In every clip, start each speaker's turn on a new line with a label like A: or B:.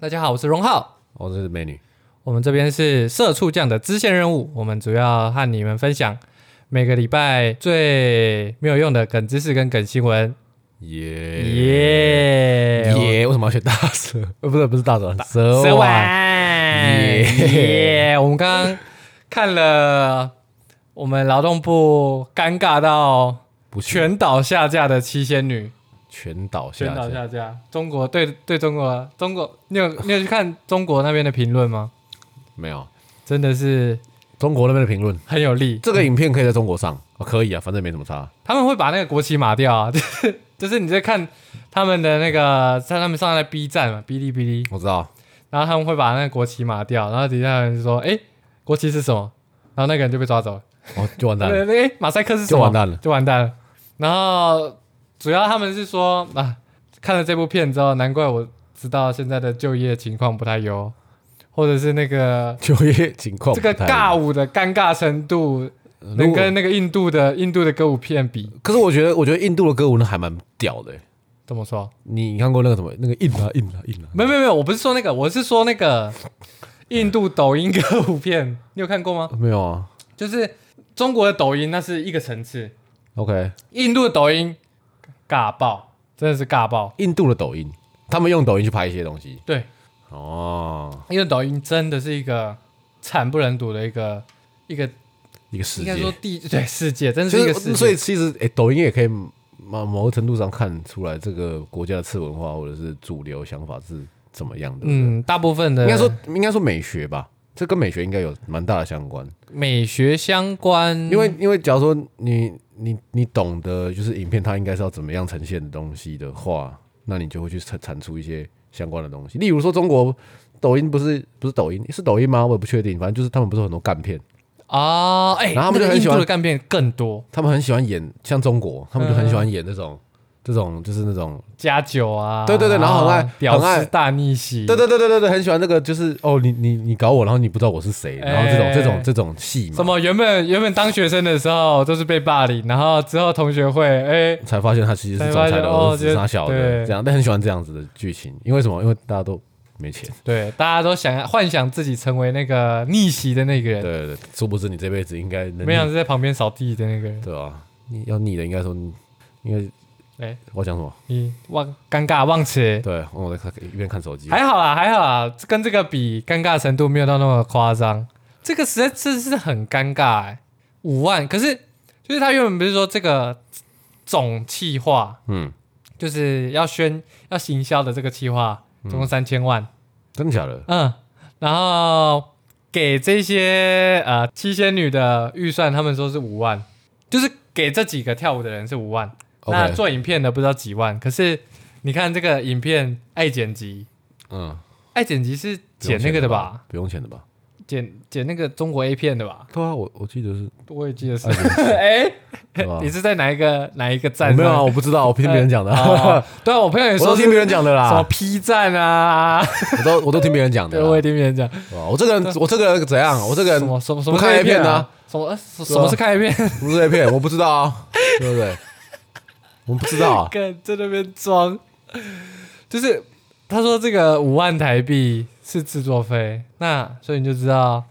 A: 大家好，我是荣浩，
B: 哦，这是美女，
A: 我们这边是社畜酱的支线任务，我们主要和你们分享每个礼拜最没有用的梗知识跟梗新闻。
B: 耶
A: 耶
B: 耶！为什么要选大蛇？ 呃，不是不是大蛇，蛇
A: 蛇
B: 丸。
A: 丸耶
B: 耶
A: 我们刚刚看了我们劳动部尴尬到
B: 不是
A: 全岛下架的七仙女，
B: 全倒下，
A: 全岛下架。中国对对中国，中国你有你有去看中国那边的评论吗？
B: 没有
A: 真的是
B: 中国那边的评论，
A: 很有力，
B: 这个影片可以在中国上哦，可以啊，反正没什么差。
A: 他们会把那个国旗码掉啊， 就是就是你在看他们的那个，在他们上在 B 站嘛，哔哩哔哩，
B: 我知道，
A: 然后他们会把那个国旗码掉，然后底下人就说：“哎、国旗是什么？”然后那个人就被抓走了。
B: 哦，就完蛋
A: 对
B: 了。
A: 对，哎，马赛克是什么？
B: 就完蛋了
A: 就完蛋了。然后主要他们是说啊，看了这部片之后，难怪我知道现在的就业情况不太优，或者是那个
B: 就业情况
A: 这个
B: 不太
A: 尬
B: 好，
A: 舞的尴尬程度，
B: 呃如
A: 能
B: 果
A: 跟那个印度的印度的歌舞片比，
B: 可是我觉得，我觉得印度的歌舞呢还蛮屌的欸。
A: 怎么说？
B: 你你看过那个什么那个印啊印啊印啊？
A: 没有没有没有，我不是说那个，我是说那个印度抖音歌舞片， 你有看过吗？
B: 没有啊
A: 就是中国的抖音那是一个层次，
B: ？OK，
A: 印度的抖音尬爆，真的是尬爆。
B: 印度的抖音，他们用抖音去拍一些东西。
A: 对，
B: 哦，
A: 因为抖音真的是一个惨不忍睹的一个一个，
B: 一个世
A: 应
B: 界
A: 该。说地 对世界，真的是一
B: 就
A: 个
B: 是
A: 世
B: 所以
A: 界。
B: 其实诶、抖音也可以某某个程度上看出来这个国家的次文化或者是主流想法是怎么样的。
A: 嗯，大部分的
B: 应该说应该说美学吧，这跟美学应该有蛮大的相关。
A: 美学相关，
B: 因为因为假如说你你你懂得就是影片它应该是要怎么样呈现的东西的话，那你就会去产产出一些相关的东西。例如说中国抖音不是不是抖音是抖音吗？我也不确定，反正就是他们不是很多干片，
A: 啊，哎、
B: 然后他
A: 那
B: 们就
A: 个
B: 很
A: 印
B: 喜
A: 度
B: 欢
A: 的干片更多，
B: 他们很喜欢演像中国，他们就很
A: 嗯
B: 喜欢演这种。这种就是那种
A: 加酒啊，
B: 对对对然后很爱
A: 屌
B: 很
A: 丝
B: 爱
A: 大逆袭，
B: 对对对对对对，很喜欢那个，就是哦，你你你搞我，然后你不知道我是谁，然后这种、
A: 哎
B: 这种这种戏嘛，
A: 什么原本原本当学生的时候都是被霸凌，然后之后同学会，哎、
B: 才发现他其实是总裁的儿子，傻小的这样，但很喜欢这样子的剧情，因为什么？因为大家都没钱，
A: 对，大家都想要幻想自己成为那个逆袭的那个
B: 对
A: 人，
B: 对对，殊不知你这辈子应该能
A: 没想到是在旁边扫地的那个人，
B: 对吧？你要逆的应该说，应该
A: 哎、
B: 我讲什么？
A: 你忘尴尬忘词，
B: 对，我在看一边看手机，
A: 还好啦，还好啦，跟这个比，尴尬程度没有到那么夸张。这个实在真是很尴尬、欸，五万，可是就是他原本不是说这个总企划，
B: 嗯，
A: 就是要宣要行销的这个企划，总
B: 嗯
A: 共三千万，
B: 真的假的？
A: 嗯然后给这些呃七仙女的预算，他们说是五万，就是给这几个跳舞的人是五万
B: OK
A: 那做影片的不知道几万，可是你看这个影片爱剪辑。
B: 嗯，
A: 爱剪辑是剪那个的吧？？
B: 不用钱的吧？
A: 剪剪那个中国 A 片的吧？
B: 对啊，我我记得是，
A: 我也记得是。 哎，
B: 对吧
A: 你？是在哪一个哪一个站？
B: 没有啊，我不知道，我听别人讲的，
A: 哦对啊，我朋友也
B: 我
A: 说
B: 都
A: 是
B: 听别人讲的
A: 什么
B: 啦，
A: P 站啊，
B: 我都我都听别人讲的
A: 对，。我也听别人讲。
B: 哦我这个人，我这个人怎样？啊我这个
A: 啊什
B: 人
A: 么什么什么
B: 不看 A 片
A: 呢、
B: 啊？
A: 什么呃什什么是看 A 片？
B: 不是 A 片，我不知 道啊，对不对？我们不知道啊，
A: 跟在那边装，就是他说这个五万台币是制作费，那所以你就知道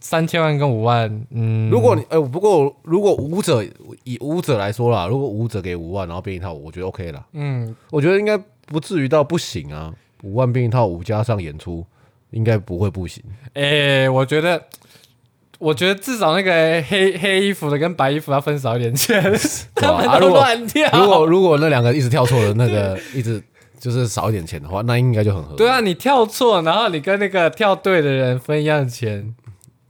A: 三千万跟五万，嗯，
B: 如果你呃，不过如果舞者以舞者来说啦，如果舞者给五万，然后编一套，我觉得 OK 啦。
A: 嗯
B: 我觉得应该不至于到不行啊。五万编一套，五加上演出，应该不会 不行。
A: 诶，我觉得，我觉得至少那个黑黑衣服的跟白衣服要分少一点 钱，他
B: 吧
A: 们
B: 啊
A: 都
B: 如果
A: 乱跳。
B: 如果如果那两个一直跳错的那个，一直就是少一点钱的话，那应该就很合理。
A: 对啊，你跳错，然后你跟那个跳对的人分一样钱，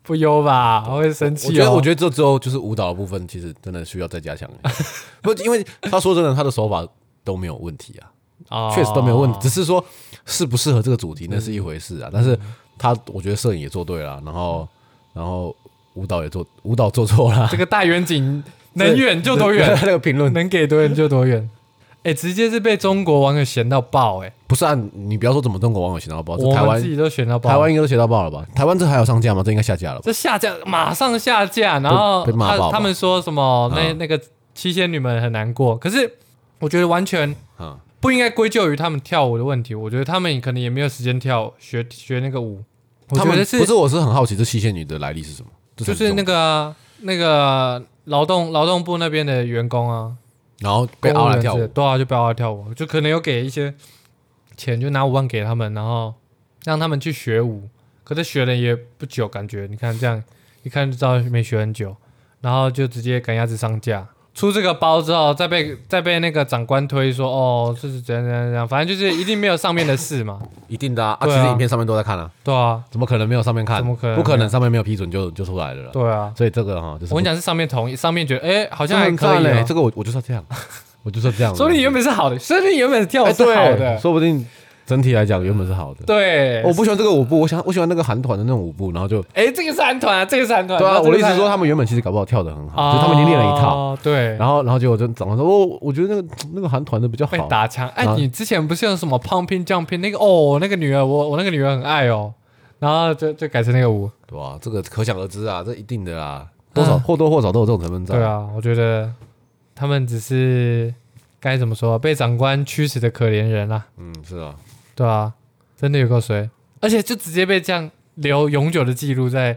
A: 不优吧？我会生
B: 我
A: 气
B: 觉得，
A: 哦。
B: 我觉得这周就是舞蹈的部分，其实真的需要再加强。 不，因为他说真的，他的手法都没有问题啊，
A: 哦嗯
B: 确实都没有问题，只是说适不适合这个主题那是一回事啊。但是他，我觉得摄影也做对了，然后，然后舞蹈也做，舞蹈做错了，
A: 这个大远景能远就多远，
B: 那个评论
A: 能给多远就多 远。诶，哎直接是被中国网友嫌到爆诶，
B: 不是啊，你不要说怎么中国网友写到爆，哦这
A: 我
B: 台
A: 们自
B: 湾
A: 己都嫌到爆。
B: 台湾应该都写到爆了吧？台湾这还有上架吗？这应该下架了吧？
A: 这下架马上下架，然后
B: 被被骂爆
A: 他
B: 吧
A: 他们说什么那、
B: 嗯
A: 那个七仙女们很难过，可是我觉得完全
B: 嗯，
A: 不应该归咎于他们跳舞的问题，我觉得他们可能也没有时间跳学学那个舞。我
B: 他
A: 觉
B: 们
A: 得
B: 不是，我是很好奇这七仙女的来历是什么？这才
A: 就是
B: 重
A: 那
B: 点
A: 个啊、那个劳动劳动部那边的员工啊，
B: 然后被
A: 公务
B: 凹来
A: 人
B: 跳
A: 之类
B: 舞
A: 的，对啊，就被凹来跳舞，就可能有给一些钱，就拿五万给他们，然后让他们去学舞。可是学了也不久，感觉你看这样一看就知道没学很久，然后就直接赶鸭子上架。出这个包之后，再被再被那个长官推说哦，这是怎样怎样怎样，反正就是一定没有上面的事嘛，
B: 一定的啊！啊，
A: 对
B: 其
A: 啊
B: 实影片上面都在看啊，
A: 对啊，
B: 怎么可能没有上面看？
A: 怎么可能
B: 不可能上面没有批准就就出来了啦。
A: 对啊，
B: 所以这个哈，就
A: 我
B: 是
A: 跟你
B: 讲，
A: 讲是上面同意，上面觉得哎、好
B: 好
A: 像还可以、
B: 嘞。
A: 哦，
B: 欸这个我我就说这样， 我就说这样。
A: 说不定原本是好的，说不定原本跳舞
B: 哎
A: 是好的
B: 对，，说不定整体来讲原本是好的。
A: 对，
B: 我不喜欢这个舞步，我想我喜欢那个韩团的那种舞步，然后就
A: 哎、这个是韩团啊，这个是韩团，
B: 对啊，
A: 然后
B: 我的
A: 这
B: 意
A: 个是
B: 思是说
A: 韩
B: 他们原本其实搞不好跳的很好，
A: 哦
B: 就是他们已经练了一套，，
A: 对，
B: 然后然后结果就长官说哦，我觉得那个那个韩团的比较
A: 被
B: 好，啊
A: 打枪。哎、
B: 然后
A: 你之前不是有什么 pumping jumping 那个哦，那个女儿，我我那个女儿很爱哦，然后就就改成那个舞，
B: 对吧？这个可想而知啊，这一定的啦，多少或多或少都有这种成分在。
A: 嗯对啊，我觉得他们只是该怎么说，啊被长官驱使的可怜人啦、
B: 嗯，是啊，
A: 对啊，真的有够衰，而且就直接被这样留永久的记录在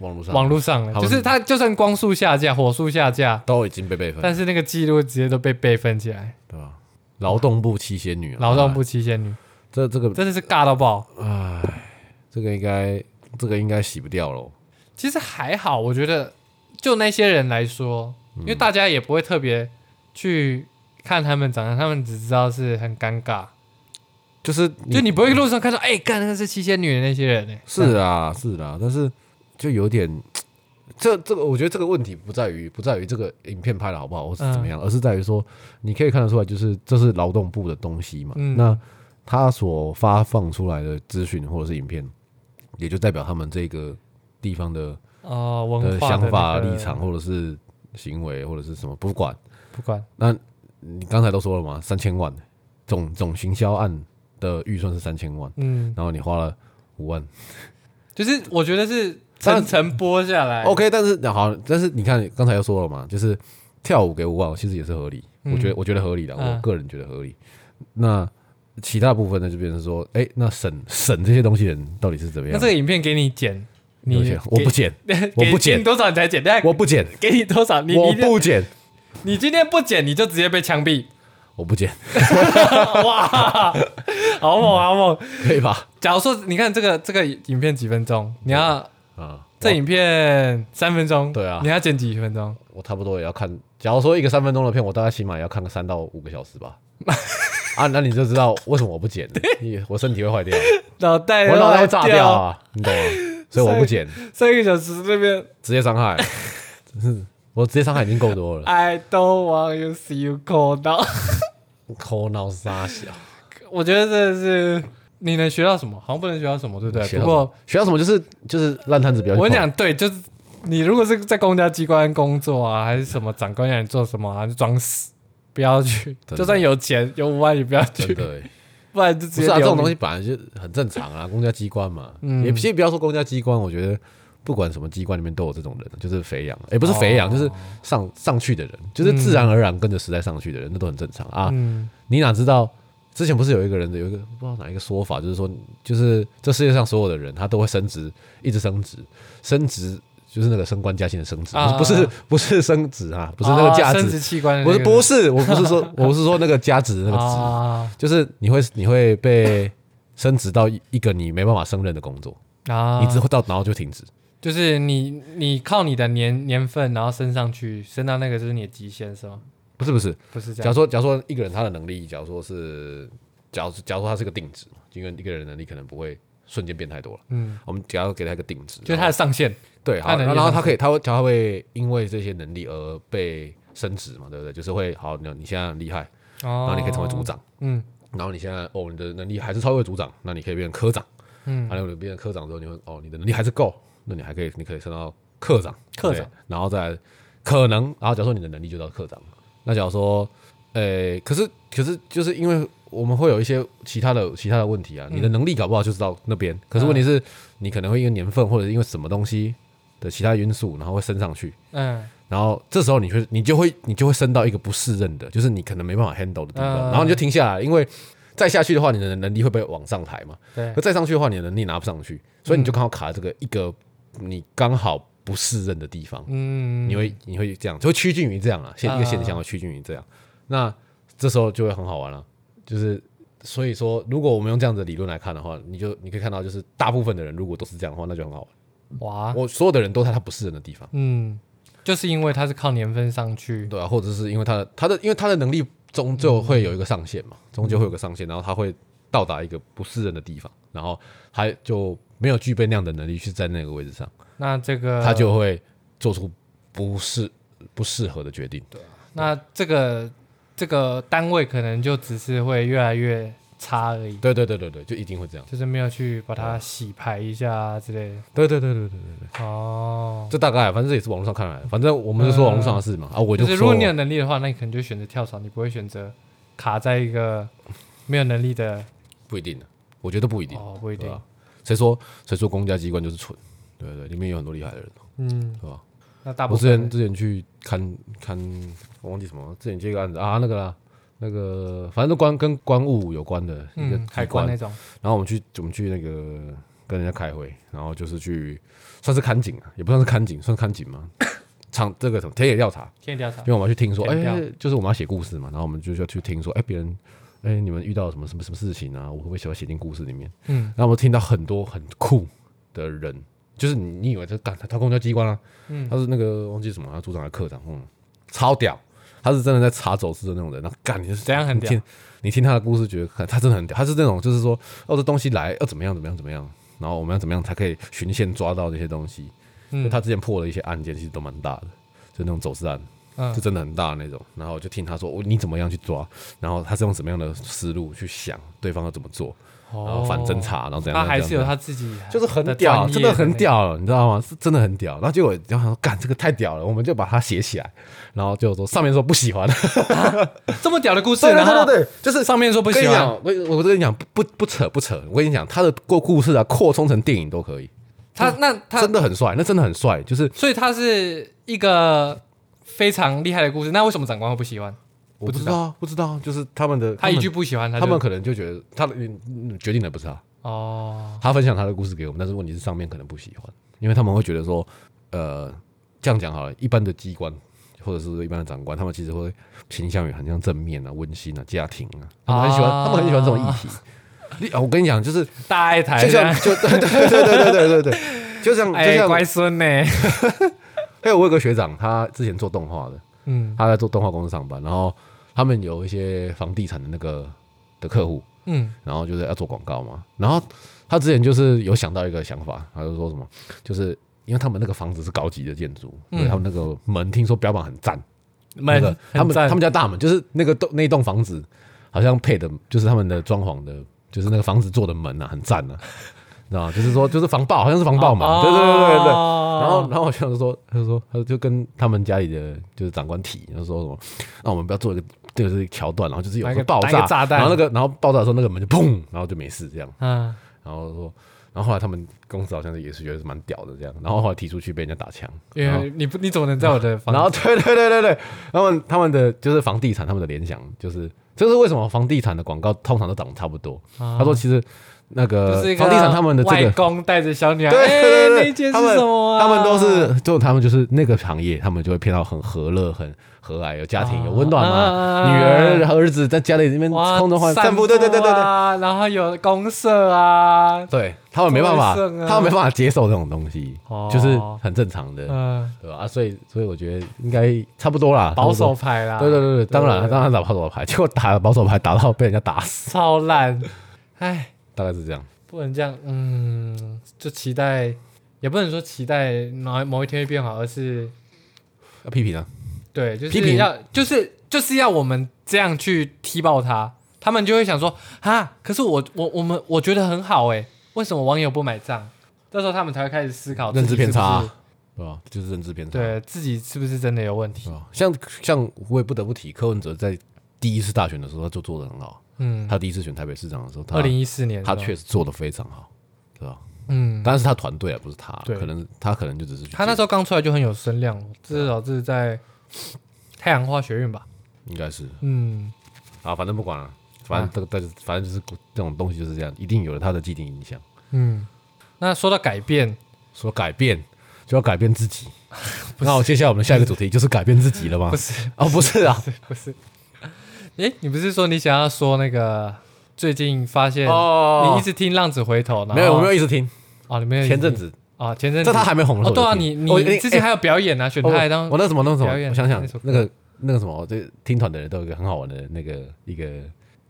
B: 网络上
A: 网络上了，
B: 好
A: 就是他就算光速下架、火速下架，
B: 都已经被备份，
A: 但是那个记录直接都被备份起来。
B: 对吧？劳动部七仙女啊，
A: 劳动部
B: 啊
A: 七仙女
B: 这这个
A: 真的是尬到爆。
B: 这个应该这个应该洗不掉喽。
A: 其实还好，我觉得就那些人来说，
B: 嗯
A: 因为大家也不会特别去看他们长相，他们只知道是很尴尬，
B: 就是
A: 就你不会路上看到，哎、干那个是七仙女的那些人呢、
B: 是啊，是啊，但是就有点，这这个我觉得这个问题不在于不在于这个影片拍的好不好，或
A: 嗯
B: 是怎么样，而是在于说你可以看得出来，就是这是劳动部的东西嘛，
A: 嗯
B: 那他所发放出来的资讯或者是影片，也就代表他们这个地方的
A: 哦、文
B: 的
A: 化的、
B: 想法、立场，或者是行为或者是什么，不管。
A: 不管
B: 那你刚才都说了嘛，三千万总总行销案的预算是三千万，
A: 嗯，
B: 然后你花了五万。
A: 就是我觉得是
B: 当然
A: 层层剥下来。
B: OK，但是好，但是你看刚才又说了嘛，就是跳舞给五万，其实也是合理，
A: 嗯
B: 我觉得我觉得合理的，
A: 嗯
B: 我个人觉得合理。那其他部分呢，就变成说，哎、那省省这些东西的人到底是怎么
A: 那
B: 样？
A: 这个影片给你剪，你
B: 有钱我不剪，
A: 给，
B: 我不
A: 给
B: 剪
A: 给你多少你才剪？但
B: 我不剪，
A: 给你多少？你
B: 我
A: 你
B: 不剪，
A: 你今天不剪，你就直接被枪毙！
B: 我不剪，
A: 哇，好猛好猛！
B: 可以吧？
A: 假如说你看这个这个影片几分钟，你要
B: 啊、
A: 这影片三分钟，
B: 对啊
A: 你要剪几分钟？
B: 我差不多也要看，假如说一个三分钟的片，我大概起码也要看个三到五个小 时吧。啊，那你就知道为什么我不剪了，你我身体会坏掉，
A: 脑袋
B: 我脑袋会
A: 要
B: 炸掉
A: 哎掉，
B: 啊，你懂吗？所以我不剪，
A: 三个小时这边
B: 职业伤害，真是 我职业伤害已经够多了，
A: I don't want you see you cold down。
B: 抠脑沙小，
A: 我觉得这是你能学到什么，好像不能学到什么，对不对？
B: 学
A: 不
B: 到
A: 过
B: 学到什么就是就是烂摊子不要去
A: 我跟你
B: 碰
A: 讲，对，就是你如果是在公家机关工作啊，还是什么长官让你做什么啊，就装死。不要去，
B: 的
A: 就算有钱有五万也不要去
B: 真，的欸，
A: 不然就直
B: 不
A: 接
B: 是啊，这
A: 留
B: 种东
A: 你
B: 西本来就很正常啊，公家机关嘛，
A: 嗯
B: 也其实不要说公家机关，我觉得不管什么机关里面都有这种人，就是肥羊，也不是肥羊，
A: 哦
B: 就是上上去的人，就是自然而然跟着时代上去的人，那都很正常啊。
A: 嗯，
B: 你哪知道？之前不是有一个人的有一个不知道哪一个说法，就是说，就是这世界上所有的人他都会升职，一直升职，升职就是那个升官加薪的升职，
A: 啊
B: 不是不是升职啊，不是那个
A: 哦
B: 价
A: 生
B: 值，
A: 殖器官的
B: 不
A: 那
B: 是
A: 个，
B: 不是，我不是说我不是说那个价值的那个值，
A: 啊
B: 就是你会你会被升职到一一个你没办法胜任的工作，
A: 啊，
B: 你只会到然后就停止。
A: 就是你你靠你的年年份，然后升上去，升到那个就是你的极限是吗？
B: 不是不是，
A: 不是这
B: 假
A: 样
B: 如说假如说一个人他的能力，假如说是假如假如说他是个定值嘛，因为一个人的能力可能不会瞬间变太多了。
A: 嗯，
B: 我们假如给他一个定值，
A: 就是
B: 然
A: 它
B: 后
A: 的上限，
B: 对，好，
A: 他能力
B: 然后
A: 上
B: 他可以他会他会因为这些能力而被升职嘛，对不对？就是会好，你你现在很厉害，
A: 然
B: 然后你可以成为组，长。
A: 哦嗯
B: 然后你现在哦，你的能力还是超越组长，那你可以变成科长。
A: 嗯
B: 还有你变成科长之后，你会哦，你的能力还是够，那你还可以，你可以升到科长，
A: 科长
B: 对不对，然后再来可能，然后假如说你的能力就到科长，那假如说，呃，可是可是就是因为我们会有一些其他的其他的问
A: 嗯
B: 题啊，你的能力搞不好就是到那边，可是问题是，你可能会因为年份或者是因为什么东西的其他因素，然后会升上去，
A: 嗯，
B: 然后这时候你会你就会你就会升到一个不适任的，就是你可能没办法 handle 的地方，
A: 嗯
B: 然后你就停下来，因为再下去的话，你的能力会被往上抬嘛，
A: 对
B: 可，再上去的话，你的能力拿不上去，所以
A: 嗯
B: 你就刚好卡在这个一个你刚好不适任的地方，
A: 嗯，
B: 你会你会这样，就会趋近于这样啊，现一个现象会趋近于这样，那这时候就会很好玩了、就是所以说，如果我们用这样子的理论来看的话，你就你可以看到，就是大部分的人如果都是这样的话，那就很好玩。
A: 哇，
B: 我所有的人都在他不适任的地方，
A: 嗯，就是因为它是靠年份上去，
B: 对啊，或者是因为他的他的因为他的能力终究会有一个上限
A: 嗯
B: 嘛，终究会有个上限，然后他会到达一个不适任的地方，然后他就没有具备那样的能力去在那个位置上，
A: 那这个
B: 他就会做出不适不适合的决定。对，
A: 那这个这个单位可能就只是会越来越差而已，
B: 对对对对对，就一定会这样。
A: 就是没有去把它洗牌一下啊之类的。
B: 对对对对对对，
A: 哦，
B: 这大概啊反正这也是网络上看来的，反正我们就说网络上的事嘛。啊，我就
A: 就是
B: 说
A: 嗯如果你有能力的话，那你可能就选择跳槽，你不会选择卡在一 个没有能力的。
B: 不一定的，我觉得不一定，
A: 哦，不一
B: 对
A: 定
B: 吧。？谁说谁说公家机关就是蠢？对对，里面有很多厉害的人，
A: 嗯，
B: 对吧？
A: 那大部
B: 我之前
A: 分
B: 之前去看看，我忘记什么，之前接一个案子啊，那个啦，那个反正都关跟关务有关的一个
A: 嗯，
B: 机
A: 海关
B: 关，
A: 那种，
B: 然后我们去我们去那个跟人家开会，然后就是去算是看景啊，也不算是看景，算看景嘛， 场这个什么田野调查，
A: 田野调查
B: 因，为我们要去听说，哎、
A: 填掉
B: 就是我们要写故事嘛，然后我们就要去听说，哎、别人，哎、你们遇到什么什么什么事情啊？我会不会喜欢写进故事里面？
A: 嗯
B: 然后我们听到很多很酷的人，就是你你以为这干他他公交机关啊，
A: 嗯
B: 他是那个忘记什么啊，组长还是科长，嗯，超屌，他是真的在查走私的那种人，然后干你就是
A: 怎样很
B: 你
A: 屌
B: 听你听他的故事，觉得看他真的很屌，他是那种就是说，哦，这东西来要怎么样怎么样怎么样，然后我们要怎么样才可以循线抓到这些东西？因为
A: 嗯，
B: 他之前破了一些案件，其实都蛮大的，就那种走私案。
A: 嗯
B: 就真的很大那种。然后我就听他说，我你怎么样去抓，然后他是用什么样的思路去想对方要怎么做，然后反侦，查，然后怎
A: 哦
B: 样，
A: 他哦还是有
B: 怎样
A: 他自己，
B: 就是很屌，真的很
A: 屌。
B: 屌，你知道吗？是真的很屌。然后结果然后想说，干这个太屌了，我们就把它写起来，然后就说上面说 不喜欢，
A: 这么屌的故事，
B: 对对
A: 然后
B: 对对，对就是
A: 上面说不
B: 跟
A: 喜
B: 你讲
A: 欢，，
B: 我我跟你讲，不不不扯不扯，我跟你讲，他的过故事啊，扩充成电影都可以，
A: 他那他
B: 真，的很帅，那真的很帅，就是
A: 所以他是一个非常厉害的故事。那为什么长官会不喜欢？
B: 我不知道啊不知道啊，就是他们的
A: 他一
B: 们
A: 句不喜欢，他
B: 他
A: 就
B: 们可能就觉得他的嗯嗯决定的不是他，
A: 哦，
B: 他分享他的故事给我们，但是问题是上面可能不喜欢，因为他们会觉得说，呃，这样讲好了，一般的机关或者是一般的长官，他们其实会倾向于很像正面啊、温馨啊、家庭啊，他们很喜欢，
A: 啊
B: 他们很喜欢这种议题。你啊，我跟你讲，就是
A: 大爱台
B: 就
A: 这
B: 像
A: 样，
B: 就对对对对对对对对，就像就
A: 哎，
B: 像
A: 乖孙呢？
B: 还有我有个学长，他之前做动画的，
A: 嗯
B: 他在做动画公司上班，然后他们有一些房地产的那个的客户，
A: 嗯，
B: 然后就是要做广告嘛。然后他之前就是有想到一个想法，他就说什么，就是因为他们那个房子是高级的建筑，
A: 嗯
B: 对他们那个门听说标榜很赞，那
A: 门
B: 个他们
A: 很赞
B: 他们家大门就是那个栋那栋房子好像配的就是他们的装潢的，就是那个房子做的门啊，很赞啊，你知道吗？就是说就是防爆，好像是防爆嘛，
A: 哦
B: 对对对对对。然后，
A: 哦
B: 然后我想就说，他就说，他就跟他们家里的就是长官提，他说什么，那我们不要做一个就是桥段，然后就是有
A: 来
B: 个
A: 个
B: 爆
A: 来
B: 炸，
A: 个炸弹
B: 然后那个然后爆炸的时候，那个门就砰，然后就没事这样。
A: 嗯，
B: 然后说，然后后来他们公司好像是也是觉得是蛮屌的这样，然后后来提出去被人家打枪，
A: 因
B: 然后
A: 为你不你怎么能在我的
B: 然
A: 房？
B: 后对对对对对，他们他们的就是房地产，他们的联想就是，这是为什么房地产的广告通常都长得差不多。
A: 啊
B: 他说其实那个
A: 就是一个
B: 呃房地产他们的这
A: 外
B: 个。
A: 公带着小女孩，
B: 对对对对
A: 哎，那件是
B: 他们
A: 什么啊？
B: 他们都是，就他们就是那个行业，他们就会骗到很和乐、很和蔼、有家庭、有温暖嘛。
A: 啊
B: 女儿、儿子在家里那边
A: 哇
B: 空中换
A: 散
B: 散步，对对对对对，
A: 啊，然后有公社啊，
B: 对他们没办法，
A: 多会剩啊
B: 他们没办法接受这种东西，
A: 哦
B: 就是很正常的，
A: 嗯，
B: 对吧？啊，所以所以我觉得应该差不多啦，
A: 保守
B: 差
A: 派啦，
B: 不多。对对对对，当然
A: 啊对
B: 当然打保守牌，结果打保守牌打到被人家打死，
A: 超烂，唉，
B: 大概是这样。
A: 不能这样，嗯，就期待，也不能说期待某某一天会变好，而是
B: 要批评啊，
A: 对，就
B: 批评
A: 是要，就是就是要我们这样去踢爆他，他们就会想说，哈，可是我我我们我觉得很好哎、为什么网友不买账？到时候他们才会开始思考
B: 认知
A: 自己是
B: 偏
A: 不是
B: 差啊，对吧？就是认知偏差。
A: 对自己是不是真的有问题？
B: 啊，像像我也不得不提，柯文哲在第一次大选的时候，他就做的很好。
A: 嗯，
B: 他第一次选台北市长的时候，他
A: 二零一四年的时
B: 啊他
A: 候，
B: 确实做的非常好，对吧？
A: 嗯，
B: 但是他团队啊，不是他，
A: 对
B: 可能他可能就只是去
A: 他那
B: 接
A: 时候刚出来就很有声量了，至少是在太阳花学院吧。
B: 应该是
A: 嗯，
B: 啊，反正不管了、反正这个但是反正就是这种东西就是这样，一定有了它的既定影响。
A: 嗯，那说到改变，
B: 说改变就要改变自己，那我接下来我们下一个主题就是改变自己了吗
A: 不？是
B: 哦，不 是啊，
A: 不是，诶，你不是说你想要说那个最近发现
B: 哦
A: 你一直听《浪子回头》呢？
B: 没有，我没有一直听。
A: 哦，你没有
B: 前阵子，
A: 啊，前阵子
B: 在他还没红的时
A: 哦，
B: 候
A: 对啊，
B: 我就听，
A: 你
B: 我哎
A: 你之前还有表演啊，选
B: 我
A: 他当
B: 哦我那什么那什么
A: 表，演
B: 我想想
A: 那首歌
B: 那个那个什么，这听团的人都有一个很好玩的那个一个，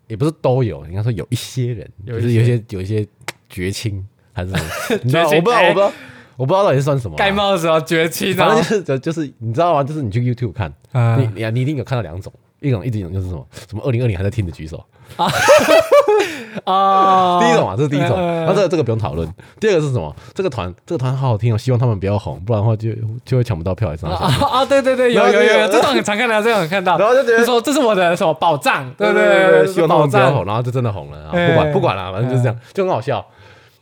B: 也不是都有，应该说有一些人，
A: 有
B: 就
A: 一些
B: 是有一些有一些绝亲还是什 么，你知道
A: 绝
B: 我
A: 亲
B: 不知道
A: 哎
B: 我不知道我不知道到底是算什么啊，
A: 盖帽子哦，绝技
B: 反
A: 呢
B: 正就是就就是你知道吗？就是你去 YouTube 看，
A: 啊
B: 你你你一定有看到两种，一种一种就是什么什么二零二零还在听的举手，
A: 啊
B: 第一种嘛，这是第一种。
A: 嗯
B: 然后这个这个不用讨论。第二个是什么？这个团这个团好好听哦，希望他们不要红，不然的话就就会抢不到票还是啥小。
A: 啊啊！对对对，有
B: 然后
A: 有
B: 就
A: 有有，
B: 有
A: 这种很常看到，这种很看到。
B: 然后就觉得
A: 说这是我的什么宝藏，对对
B: 对
A: 这是
B: 希望他
A: 宝
B: 们不要
A: 藏。
B: 红，然后就真的红了啊！
A: 哎
B: 不管不管了，反正就是这样，就很好笑。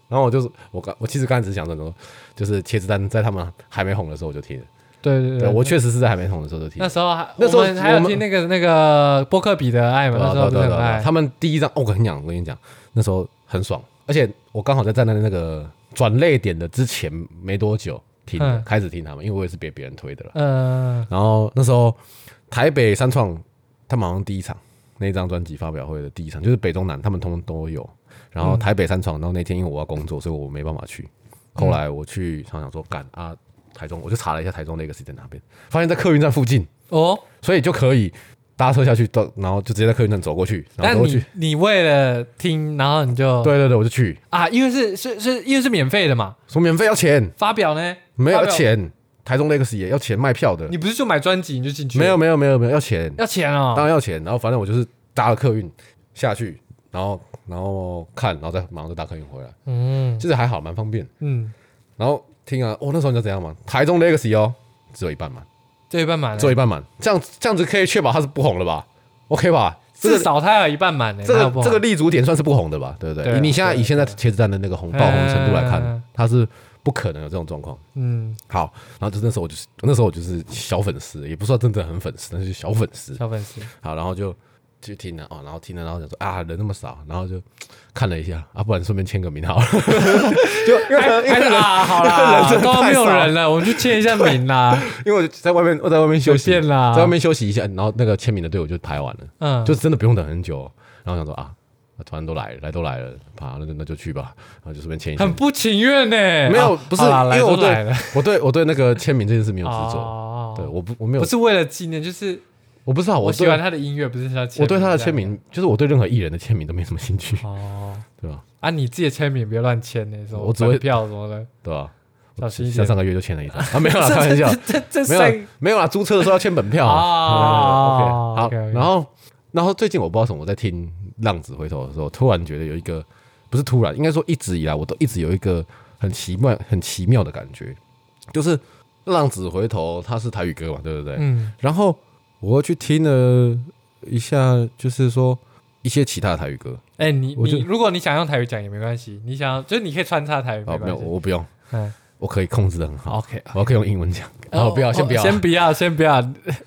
B: 然后我就是我刚我其实刚才只是想这种，就是茄子蛋在他们还没红的时候我就听了，
A: 对对
B: 对我确实是在还没红的时候就听
A: 那
B: 了。
A: 时候还
B: 那时候
A: 我们还有
B: 我们
A: 听那个那个波克比的爱嘛，
B: 对
A: 那
B: 啊
A: 时
B: 对啊
A: 候不
B: 对
A: 是
B: 啊
A: 很
B: 对啊
A: 爱
B: 他们第一张，哦我跟你讲，我跟你讲，那时候很爽，而且我刚好在站在那个转泪点的之前没多久听的
A: 嗯
B: 开始听他们，因为我也是别别人推的啦。
A: 嗯
B: 然后那时候台北三创他们好像第一场那一张专辑发表会的第一场，就是北中南他们通通都有。然后台北三创，然后那天因为我要工作，所以我没办法去。
A: 嗯
B: 后来我去想想说，干啊，台中，我就查了一下台中那个是在哪边，发现在客运站附近，
A: 哦，
B: 所以就可以搭车下去到，然后就直接在客运站走过去，然后
A: 但
B: 走过去
A: 你。你为了听，然后你就
B: 对对对，我就去，
A: 啊，因为是是是因为是免费的嘛，
B: 说免费要钱，
A: 发表呢
B: 没
A: 发
B: 有要
A: 表
B: 钱，台中 Legacy 也要钱卖票的，
A: 你不是就买专辑你就进去？
B: 没有没有没有没有要钱，
A: 要钱哦。
B: 当然要钱。然后反正我就是搭了客运下去，然后然后看，然后再马上就搭客运回来，
A: 嗯
B: 其实还好，蛮方便。
A: 嗯，
B: 然后听啊，哦，那时候你知道怎样吗？台中 Legacy 哦，只有一半满，
A: 这一半满
B: 只有
A: 了，
B: 一半满，这样这样子可以确保它是不红了吧？OK 吧？这
A: 至
B: 个
A: 少它有一半满呢。
B: 这
A: 那不
B: 个
A: 好
B: 这个立足点算是不红的吧？对不
A: 对
B: 对？
A: 啊
B: 以你现在
A: 对啊
B: 以现在茄子蛋的那个红爆红程度来
A: 嗯
B: 看，它是不可能有这种状况。
A: 嗯
B: 好，然后就那时候我就是那时候我就是小粉丝，也不算真的很粉丝，但是小粉丝。
A: 小粉丝
B: 好，然后就去听了哦，然后听了，然后想说啊，人那么少，然后就看了一下啊，不然顺便签个名好了。 就因为呃可能因
A: 还
B: 为
A: 是啊，好啦，都没有人了，我们去签一下名啦。
B: 因为我在外面我在外面 休息
A: 随便啦
B: 在外面休息一下，然后那个签名的队伍就排完了，
A: 嗯，
B: 就真的不用等很久。然后想说啊，突然都来了，来都来了，啪，那就那就去吧，然后就顺便签一下
A: 很。不情愿呢。
B: 没有
A: 啊，
B: 不是，
A: 好啦
B: 因
A: 来
B: 为我
A: 都来
B: 对
A: 了，
B: 我对我对那个签名这件事没有执着，
A: 哦
B: 对，我不我没有
A: 不，是为了纪念，就是
B: 我不知道，
A: 我
B: 我
A: 喜
B: 对
A: 欢他的音乐，不是他
B: 我对他的签。名，就是我对任何艺人的签名都没什么兴趣，
A: 哦，
B: 对吧？
A: 啊，你自己的签名别乱签呢，什么
B: 我只会
A: 本票什么的，
B: 对吧？
A: 小心一
B: 像
A: 点。
B: 上个月就签了 一张啊，没有啦，开玩笑，
A: 这这
B: 没
A: 三
B: 有没有啦，租车的时候要签本票
A: 哦
B: 啊。嗯 OK，好，
A: OK，OK
B: 然后然后最近我不知道什么，我在听《浪子回头》的时候，突然觉得有一个不是突然，应该说一直以来我都一直有一个很奇妙很奇妙的感觉，就是《浪子回头》它是台语歌嘛，对不对？
A: 嗯
B: 然后我又去听了一下，就是说一些其他的台语歌，
A: 哎、你
B: 我就
A: 你，如果你想用台语讲也没关系，你想要就是你可以穿插台语没
B: 哦，没
A: 关
B: 有，
A: 系。
B: 我不用，
A: 嗯
B: 我可以控制的很好，
A: ，OK，
B: 我可以用英文讲。哦，不要，先不要，
A: 先不要，先不要。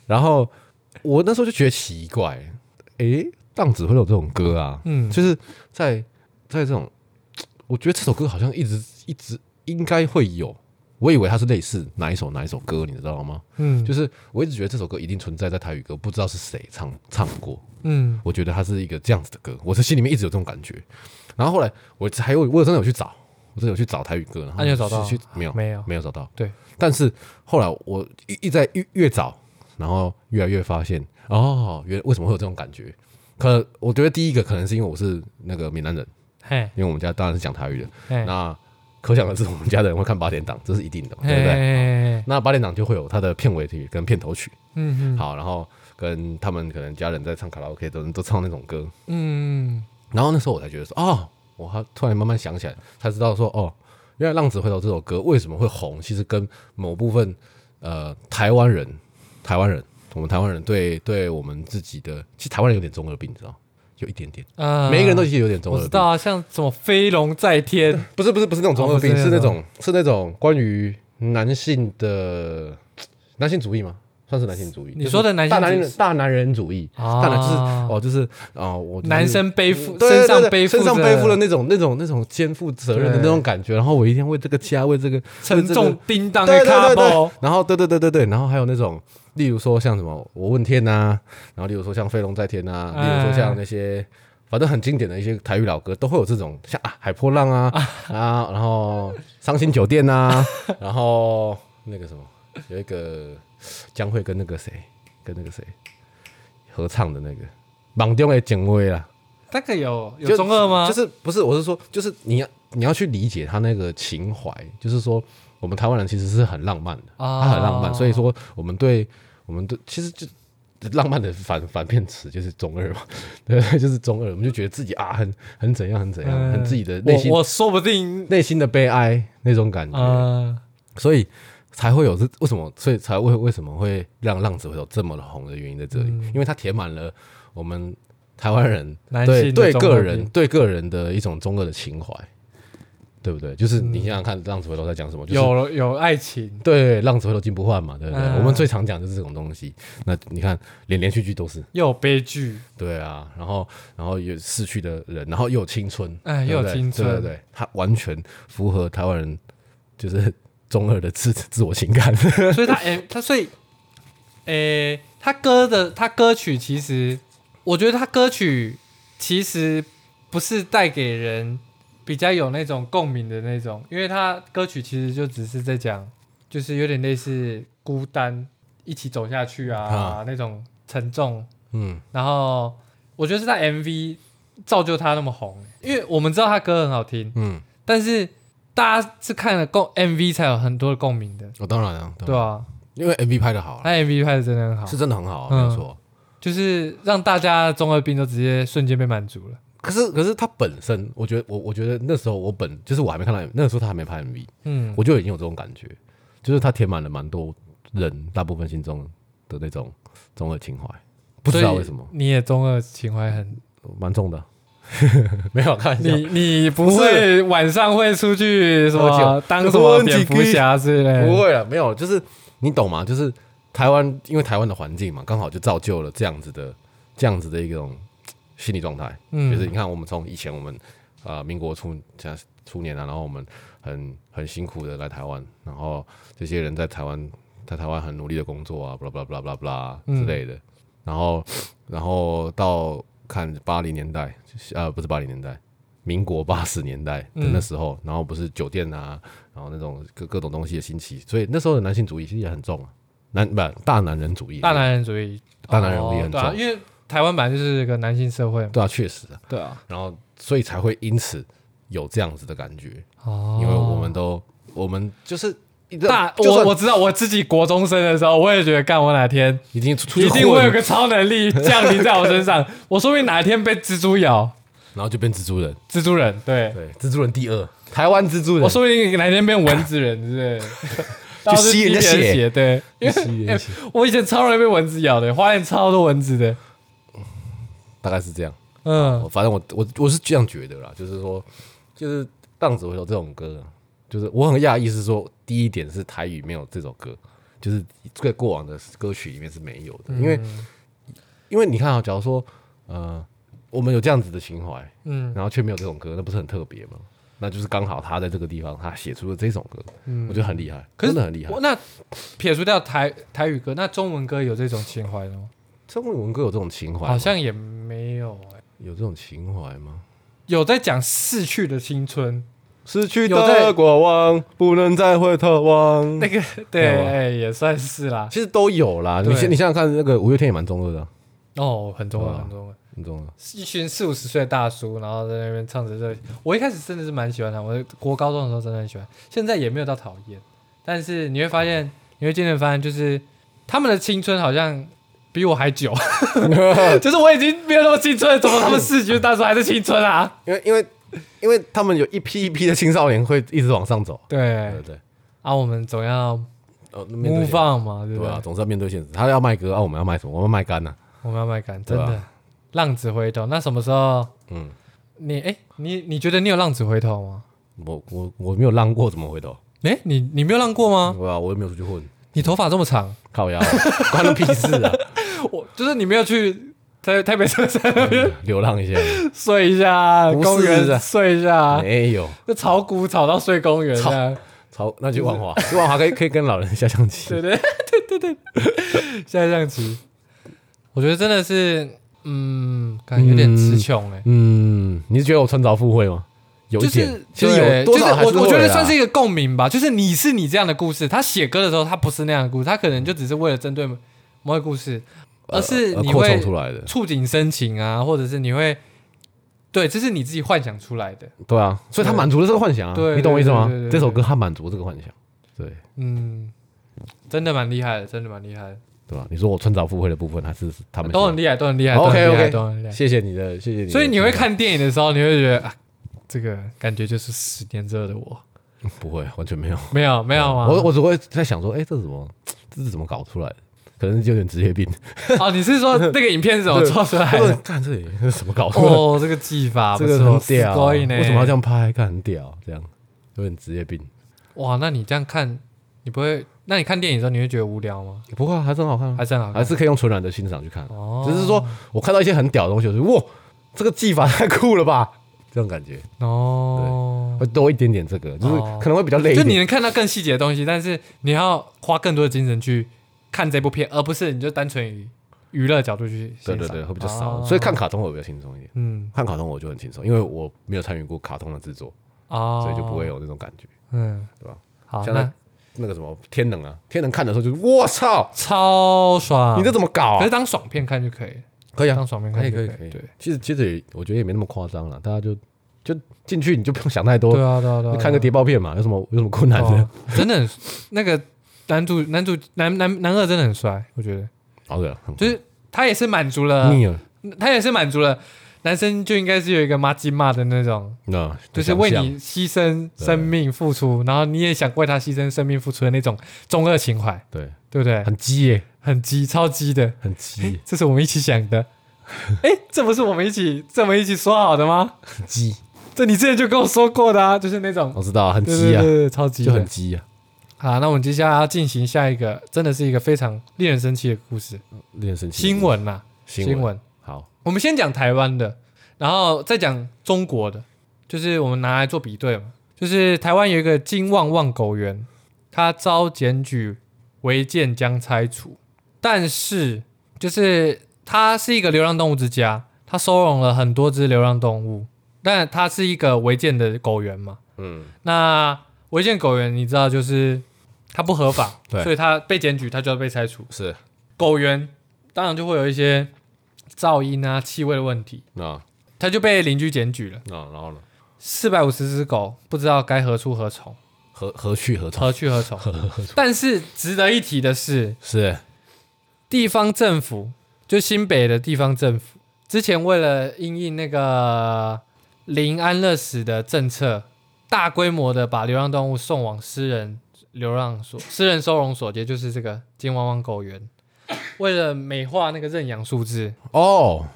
B: 然后我那时候就觉得奇怪，诶，浪子会有这种歌啊，
A: 嗯，
B: 就是在在这种，我觉得这首歌好像一直一直应该会有，我以为它是类似哪一首哪一首歌，你知道吗？
A: 嗯，
B: 就是我一直觉得这首歌一定存在在台语歌，不知道是谁唱唱过，
A: 嗯
B: 我觉得它是一个这样子的歌，我是心里面一直有这种感觉。然后后来我还有我有真的有去找，我真的有去找台语歌，然后
A: 啊那你有找到
B: 去去没有
A: 没有
B: 没有找到。
A: 对，
B: 但是后来我一一在越越找，然后越来越发现，哦，原为什么会有这种感觉？可我觉得第一个可能是因为我是那个闽南人，
A: 嘿，
B: 因为我们家当然是讲台语的，
A: 嘿，
B: 那可想而知，我们家的人会看八点档，这是一定的嘛，
A: 嘿
B: 对不对？
A: 嘿
B: 那八点档就会有它的片尾曲跟片头曲，
A: 嗯嗯
B: 好，然后跟他们可能家人在唱卡拉 OK 都都唱那种歌，
A: 嗯，
B: 然后那时候我才觉得说，哦，我还突然慢慢想起来，才知道说，哦，原来《浪子回头》这首歌为什么会红，其实跟某部分呃台湾人，台湾人，我们台湾人对对我们自己的，其实台湾人有点中二病，你知道，就一点点，
A: 嗯，
B: 每一个人都其实有点中
A: 我
B: 二
A: 知
B: 病
A: 道，啊，像什么飞龙在 天，
B: 不是不是啊不是那种中
A: 哦
B: 二
A: 不是
B: 病，是
A: 那
B: 那
A: 种
B: 种是那种关于男性的男性主义吗？算是男性主义。
A: 你说的男性
B: 大男
A: 主义
B: 人大男人主义，
A: 啊
B: 大男就是哦，就是哦，我就是
A: 男生背负 身
B: 对对对
A: 上
B: 对
A: 背负
B: 身上
A: 着
B: 背负了那种那种那种肩负责任的那种感觉，然后我一定为这个家为这个
A: 沉
B: 为这
A: 重
B: 个
A: 叮当
B: 对
A: 的
B: 对
A: 卡
B: 对
A: 包
B: 对，，然后对对对对对，然后还有那种，例如说像什么我问天呐、然后例如说像飞龙在天呐、
A: 哎
B: 例如说像那些反正很经典的一些台语老歌，都会有这种像啊海波浪啊啊，然后伤心酒店呐、 然后那个什么有一个将会跟那个谁跟那个谁合唱的那个网中的警卫啊啦，
A: 那个有有
B: 就
A: 中二吗？
B: 就是不是？我是说，就是你要你要去理解他那个情怀，就是说我们台湾人其实是很浪漫的，
A: 啊
B: 他很浪漫，所以说我们对我们对其实就。浪漫的反反面词就是中二嘛，对， 就是中二，我们就觉得自己啊，很很怎样，很怎样，
A: 嗯
B: 很自己的内心
A: 我我说不定
B: 内心的悲哀那种感觉，
A: 啊，
B: 所以才会有这为什么，所以才会为什么会让浪子回头这么红的原因在这里，
A: 嗯
B: 因为它填满了我们台湾人
A: 男性的
B: 对对
A: 中二
B: 个
A: 病
B: 人对个人的一种中二的情怀，对不对？就是你想想看，浪子回头在讲什么？就
A: 嗯
B: 是
A: 有有爱情，
B: 对浪子回头金不换嘛，对不对？
A: 嗯
B: 我们最常讲就是这种东西。那你看，连连续剧都是
A: 又有悲剧，
B: 对啊，然后然后有逝去的人，然后又有青春，
A: 哎，
B: 对
A: 又
B: 不
A: 有
B: 对
A: 青春，
B: 对对对，它完全符合台湾人就是 中二的自自我情感。
A: 所以他诶、他所以诶、他歌的他歌曲其实，我觉得他歌曲其实不是带给人比较有那种共鸣的那种，因为他歌曲其实就只是在讲，就是有点类似孤单一起走下去啊
B: 啊
A: 那种沉重，
B: 嗯，
A: 然后我觉得是在 MV 造就他那么红，因为我们知道他歌很好听，
B: 嗯，
A: 但是大家是看了共 MV 才有很多的共鸣的，
B: 我、当然啊，
A: 对啊。
B: 因为 MV 拍的好、啊
A: 他 MV 拍的真的很好，
B: 是真的很好、啊，
A: 嗯
B: 没有错。
A: 就是让大家的中二病都直接瞬间被满足了。
B: 可是可是他本身，我觉得我我觉得那时候我本就是我还没看到，那时候他还没拍 MV，
A: 嗯，
B: 我就已经有这种感觉，就是他填满了蛮多人大部分心中的那种中二情怀，不知道为什么，
A: 你也中二情怀 很，
B: 蛮重的。没有看一下，
A: 你你不
B: 不
A: 会
B: 是
A: 晚上会出 去什
B: 喝
A: 么
B: 酒
A: 当什么蝙蝠侠之类
B: 不
A: 的？
B: 会了，没有，就是你懂吗？就是台湾，因为台湾的环境嘛，刚好就造就了这样子的这样子的一种心理状态。就是
A: 嗯，
B: 你看，我们从以前我们呃民国初像初年啊，然后我们很很辛苦的来台湾，然后这些人在台湾在台湾很努力的工作啊，巴拉巴拉巴拉巴拉
A: 嗯
B: 之类的，然后然后到看八零年代，呃不是八零年代。民国八十年代
A: 嗯
B: 的那时候，然后不是酒店啊，然后那种各各种东西的兴起，所以那时候的男性主义其实也很重啊，男不大男人主义，
A: 大男人主义，
B: 大男人主义很
A: 哦对啊，
B: 重
A: 因为台湾本来就是个男性社会嘛。
B: 对啊，确实啊，
A: 对啊，
B: 然后所以才会因此有这样子的感觉，
A: 哦，
B: 因为我们都我们就是一个
A: 大
B: 就
A: 我
B: 算
A: 我知道，我自己国中生的时候，我也觉得干我哪天
B: 已经 出去
A: 一定会有
B: 混了，
A: 个超能力降临在我身上，我说不定哪一天被蜘蛛咬，
B: 然后就变蜘蛛人，
A: 蜘蛛人对。
B: 对，蜘蛛人第二，台湾蜘蛛人，
A: 我说不定哪天变蚊子人之类的，
B: 就吸人家
A: 到处滴别
B: 血
A: 血。对，因为
B: 吸人血
A: 我以前超容易被蚊子咬的，花莲超多蚊子的。
B: 大概是这样，
A: 嗯
B: 我反正我我我是这样觉得啦，就是说，就是《浪子回头》这种歌啊，就是我很讶异是说，第一点是台语没有这首歌，就是在过往的歌曲里面是没有的，因为
A: 嗯
B: 因为你看啊，假如说呃，我们有这样子的情怀，
A: 嗯，
B: 然后却没有这种歌，那不是很特别吗？那就是刚好他在这个地方，他写出了这首歌，我觉得很厉害，
A: 嗯可是
B: 真的很厉害
A: 我。嗯那撇除掉台台语歌，那中文歌有这种情怀的吗？
B: 中文歌有这种情怀吗，
A: 好像也没有哎、
B: 有这种情怀吗？
A: 有在讲逝去的青春，
B: 失去
A: 有在
B: 的过往，不能再回头望。
A: 那个对，
B: 有啊
A: 哎、也算是啦。
B: 其实都有啦，
A: 对
B: 你想你想想看，那个五月天也蛮中二的啊、
A: 哦，很中
B: 对
A: 文，
B: 啊
A: 很中文，
B: 你中二。
A: 一群四五十岁的大叔，然后在那边唱着这。我一开始真的是蛮喜欢他，我国高中的时候真的很喜欢，现在也没有到讨厌。但是你会发现，你会渐渐发现，就是他们的青春好像比我还 久，就是我已经没有那么青春了，怎么他们四十大叔还是青春啊？
B: 因为因为因为他们有一批一批的青少年会一直往上走，对
A: 对
B: 不，对？
A: 啊，我们总要
B: 呃，面对
A: move
B: 现实
A: on 嘛，对不
B: 对啊
A: 对？
B: 啊，总是要面对现实。他要卖歌啊，我们要卖什么？我们卖干呐、
A: 我们要卖干，真
B: 对
A: 的
B: 啊
A: 浪子回头，那什么时候？
B: 嗯，
A: 你哎、你你觉得你有浪子回头吗？
B: 我我我没有浪过，怎么回头？
A: 哎、你你没有浪过吗？
B: 对啊，我又没有出去混，
A: 你头发这么长，
B: 靠腰，啊 关了屁事 啊！
A: 我就是你没有去台台北车站 那边
B: 流浪一下，
A: 睡一下啊，
B: 不是
A: 公园
B: 的
A: 睡一下啊，
B: 没有
A: 就炒股炒到睡公园啊
B: 炒
A: 这样，
B: 哎超，那去万华，去万华可以可以跟老人下象 棋
A: 对，对对对对，下象棋，我觉得真的是，嗯，感觉有点词穷哎。
B: 嗯，你是觉得我穿凿附会吗？有一
A: 就是
B: 点，其实有
A: 对
B: 多少还
A: 就是我我啊
B: 会啊
A: 觉得
B: 啦
A: 算是一个共鸣吧。就是你是你这样的故事，他写歌的时候他不是那样的故事，他可能就只是为了针对某个故事，而是
B: 呃
A: 你
B: 扩充
A: 会
B: 出来的，
A: 触景生情啊，或者是你会对，这是你自己幻想出来的。
B: 对啊，所以他
A: 对
B: 满足了这个幻想啊，
A: 对
B: 你懂我意思吗
A: 对对对？对
B: 这首歌他满足这个幻想，对
A: 嗯，真的蛮厉害的，真的蛮厉害的，
B: 对吧？你说我穿凿附会的部分还是他们
A: 都很厉害，都很厉害，都很
B: 哦 OK
A: 厉害，
B: OK，
A: 都很厉害。
B: 谢谢你的，谢谢你
A: 哦
B: 的。
A: 所以你会看电影的时候，你会觉得啊，这个感觉就是十年之后的我。
B: 不会，完全没有。
A: 没有，没有啊吗？
B: 哦我我只会在想说，哎、这是怎么，这是怎么搞出来的？可能是有点职业病。
A: 哦，你是说那个影片是 怎么做出来
B: 他
A: 的
B: 们？看这里这是怎么搞出来的？
A: 哦，这个技法
B: 这
A: 不
B: 个
A: 错
B: 很屌啊，
A: 所以呢，
B: 为什么要这样拍？看很屌，这样有点职业病。
A: 哇，那你这样看，你不会？那你看电影的时候，你会觉得无聊吗？
B: 不过、啊、还是很好看啊，
A: 还是很好看
B: 还是可以用纯然的欣赏去看。啊
A: 哦，
B: 只是说我看到一些很屌的东西，我就哇，这个技法太酷了吧，这种感觉
A: 哦，
B: 会多一点点这个，就是
A: 哦
B: 可能会比较累一
A: 就
B: 点。
A: 你能看到更细节的东西，但是你要花更多的精神去看这部片，而不是你就单纯以娱乐角度去欣
B: 对
A: 赏
B: 对对，会比较少，
A: 哦
B: 所以看卡通会比较轻松一点。
A: 嗯
B: 看卡通我就很轻松，因为我没有参与过卡通的制作，
A: 哦，
B: 所以就不会有那种感觉。
A: 嗯，
B: 对吧？
A: 好，
B: 像
A: 那
B: 那个什么天能啊，天能看的时候就是我操，
A: 超爽，
B: 你这怎么搞
A: 可
B: 啊
A: 是？当爽片看就可以了，
B: 可以啊
A: 当，爽片看
B: 可以
A: 就
B: 可以可
A: 可
B: 以。
A: 对
B: 对，其实其实也我觉得也没那么夸张了，大家就就进去你就不用想太多
A: 对，啊对啊对啊，
B: 就看个谍报片嘛，有什么有什么困难
A: 哦
B: 的？
A: 真的很那个男主男主男男男二真的很帅，我觉得
B: 哦对啊，
A: 就是呃他也是满足了，
B: 腻了，
A: 他也是满足了男生就应该是有一个妈鸡骂的那种，
B: 那
A: 就是为
B: 啊想象
A: 你牺牲生命付出，然后你也想为他牺牲生命付出的那种中二情怀，
B: 对，
A: 对不对？
B: 很鸡耶，
A: 很鸡，超鸡的，
B: 很鸡
A: 这是我们一起想 的。哎，这不是我们一起这么一起说好的吗？
B: 很鸡，
A: 这你之前就跟我说过的啊，就是那种
B: 我知道啊很
A: 对对
B: 鸡
A: 对
B: 啊，
A: 对，超级
B: 就很鸡啊，
A: 好，那我们接下来要进行下一个，真的是一个非常令人生气的故事，
B: 有点生气。
A: 新闻呐、新
B: 新闻
A: 闻。
B: 好，
A: 我们先讲台湾的，然后再讲中国的，就是我们拿来做比对嘛。就是台湾有一个金旺旺狗园，它遭检举违建将拆除，但是就是它是一个流浪动物之家，它收容了很多只流浪动物，但它是一个违建的狗园嘛。
B: 嗯，
A: 那违建狗园你知道就是它不合法，
B: 对
A: 所以它被检举，它就要被拆除。
B: 是
A: 狗园当然就会有一些噪音啊、气味的问题，
B: 那
A: 它就被邻居检举了。
B: 那啊然后呢？
A: 四百五十只狗不知道该何处何从，
B: 何何去何从？
A: 何去何从。但是值得一提的是，
B: 是
A: 地方政府就新北的地方政府之前为了因应那个零安乐死的政策，大规模的把流浪动物送往私人流浪 所、私人收容所，也就是这个金汪汪狗园。为了美化那个认养数字，
B: 哦